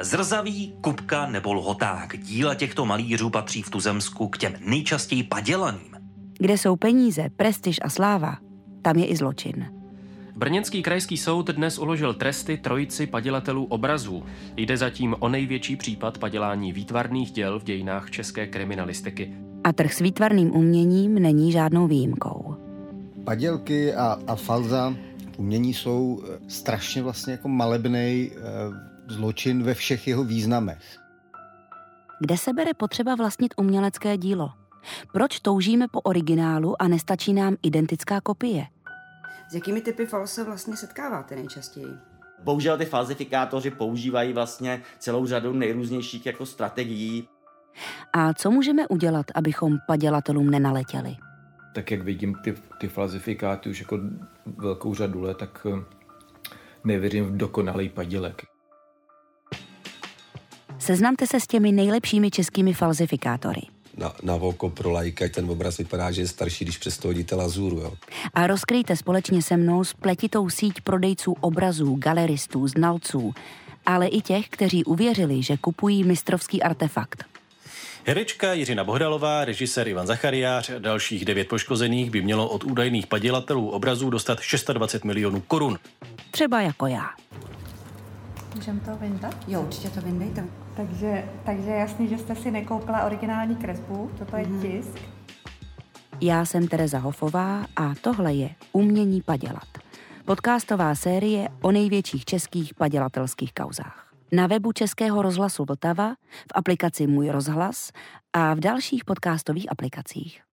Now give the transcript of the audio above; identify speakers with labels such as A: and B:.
A: Zrzavý, kubka nebo lhoták. Díla těchto malířů patří v Tuzemsku k těm nejčastěji padělaným.
B: Kde jsou peníze, prestiž a sláva, tam je i zločin.
C: Brněnský krajský soud dnes uložil tresty trojici padělatelů obrazů. Jde zatím o největší případ padělání výtvarných děl v dějinách české kriminalistiky.
B: A trh s výtvarným uměním není žádnou výjimkou.
D: Padělky a, a falza v umění jsou eh, strašně vlastně jako malebný zločin ve všech jeho významech.
B: Kde se bere potřeba vlastnit umělecké dílo? Proč toužíme po originálu a nestačí nám identická kopie?
E: S jakými typy fal se vlastně setkáváte nejčastěji?
F: Bohužel ty falzifikátoři používají vlastně celou řadu nejrůznějších jako strategií.
B: A co můžeme udělat, abychom padělatelům nenaletěli?
G: tak jak vidím ty, ty falzifikáty už jako velkou řadu let, tak eh, nevěřím v dokonalý padělek.
B: Seznamte se s těmi nejlepšími českými falzifikátory
H: Na, na oko pro lajka ten obraz vypadá, že je starší, když přesto hodíte lazuru. Jo.
B: a rozkryjte společně se mnou spletitou síť prodejců obrazů, galeristů, znalců, ale i těch, kteří uvěřili, že kupují mistrovský artefakt.
I: Herečka Jiřina Bohdalová, režisér Ivan Zachariář a dalších devět poškozených by mělo od údajných padělatelů obrazů dostat 26 milionů korun.
B: Třeba jako já.
J: Můžem to vyndat?
E: Jo, určitě to vyndejte.
J: Takže, takže jasný, že jste si nekoupila originální kresbu, toto je tisk.
B: Já jsem Tereza Hofová a tohle je Umění padělat. Podcastová série o největších českých padělatelských kauzách. Na webu Českého rozhlasu Vltava, v aplikaci Můj rozhlas a v dalších podcastových aplikacích.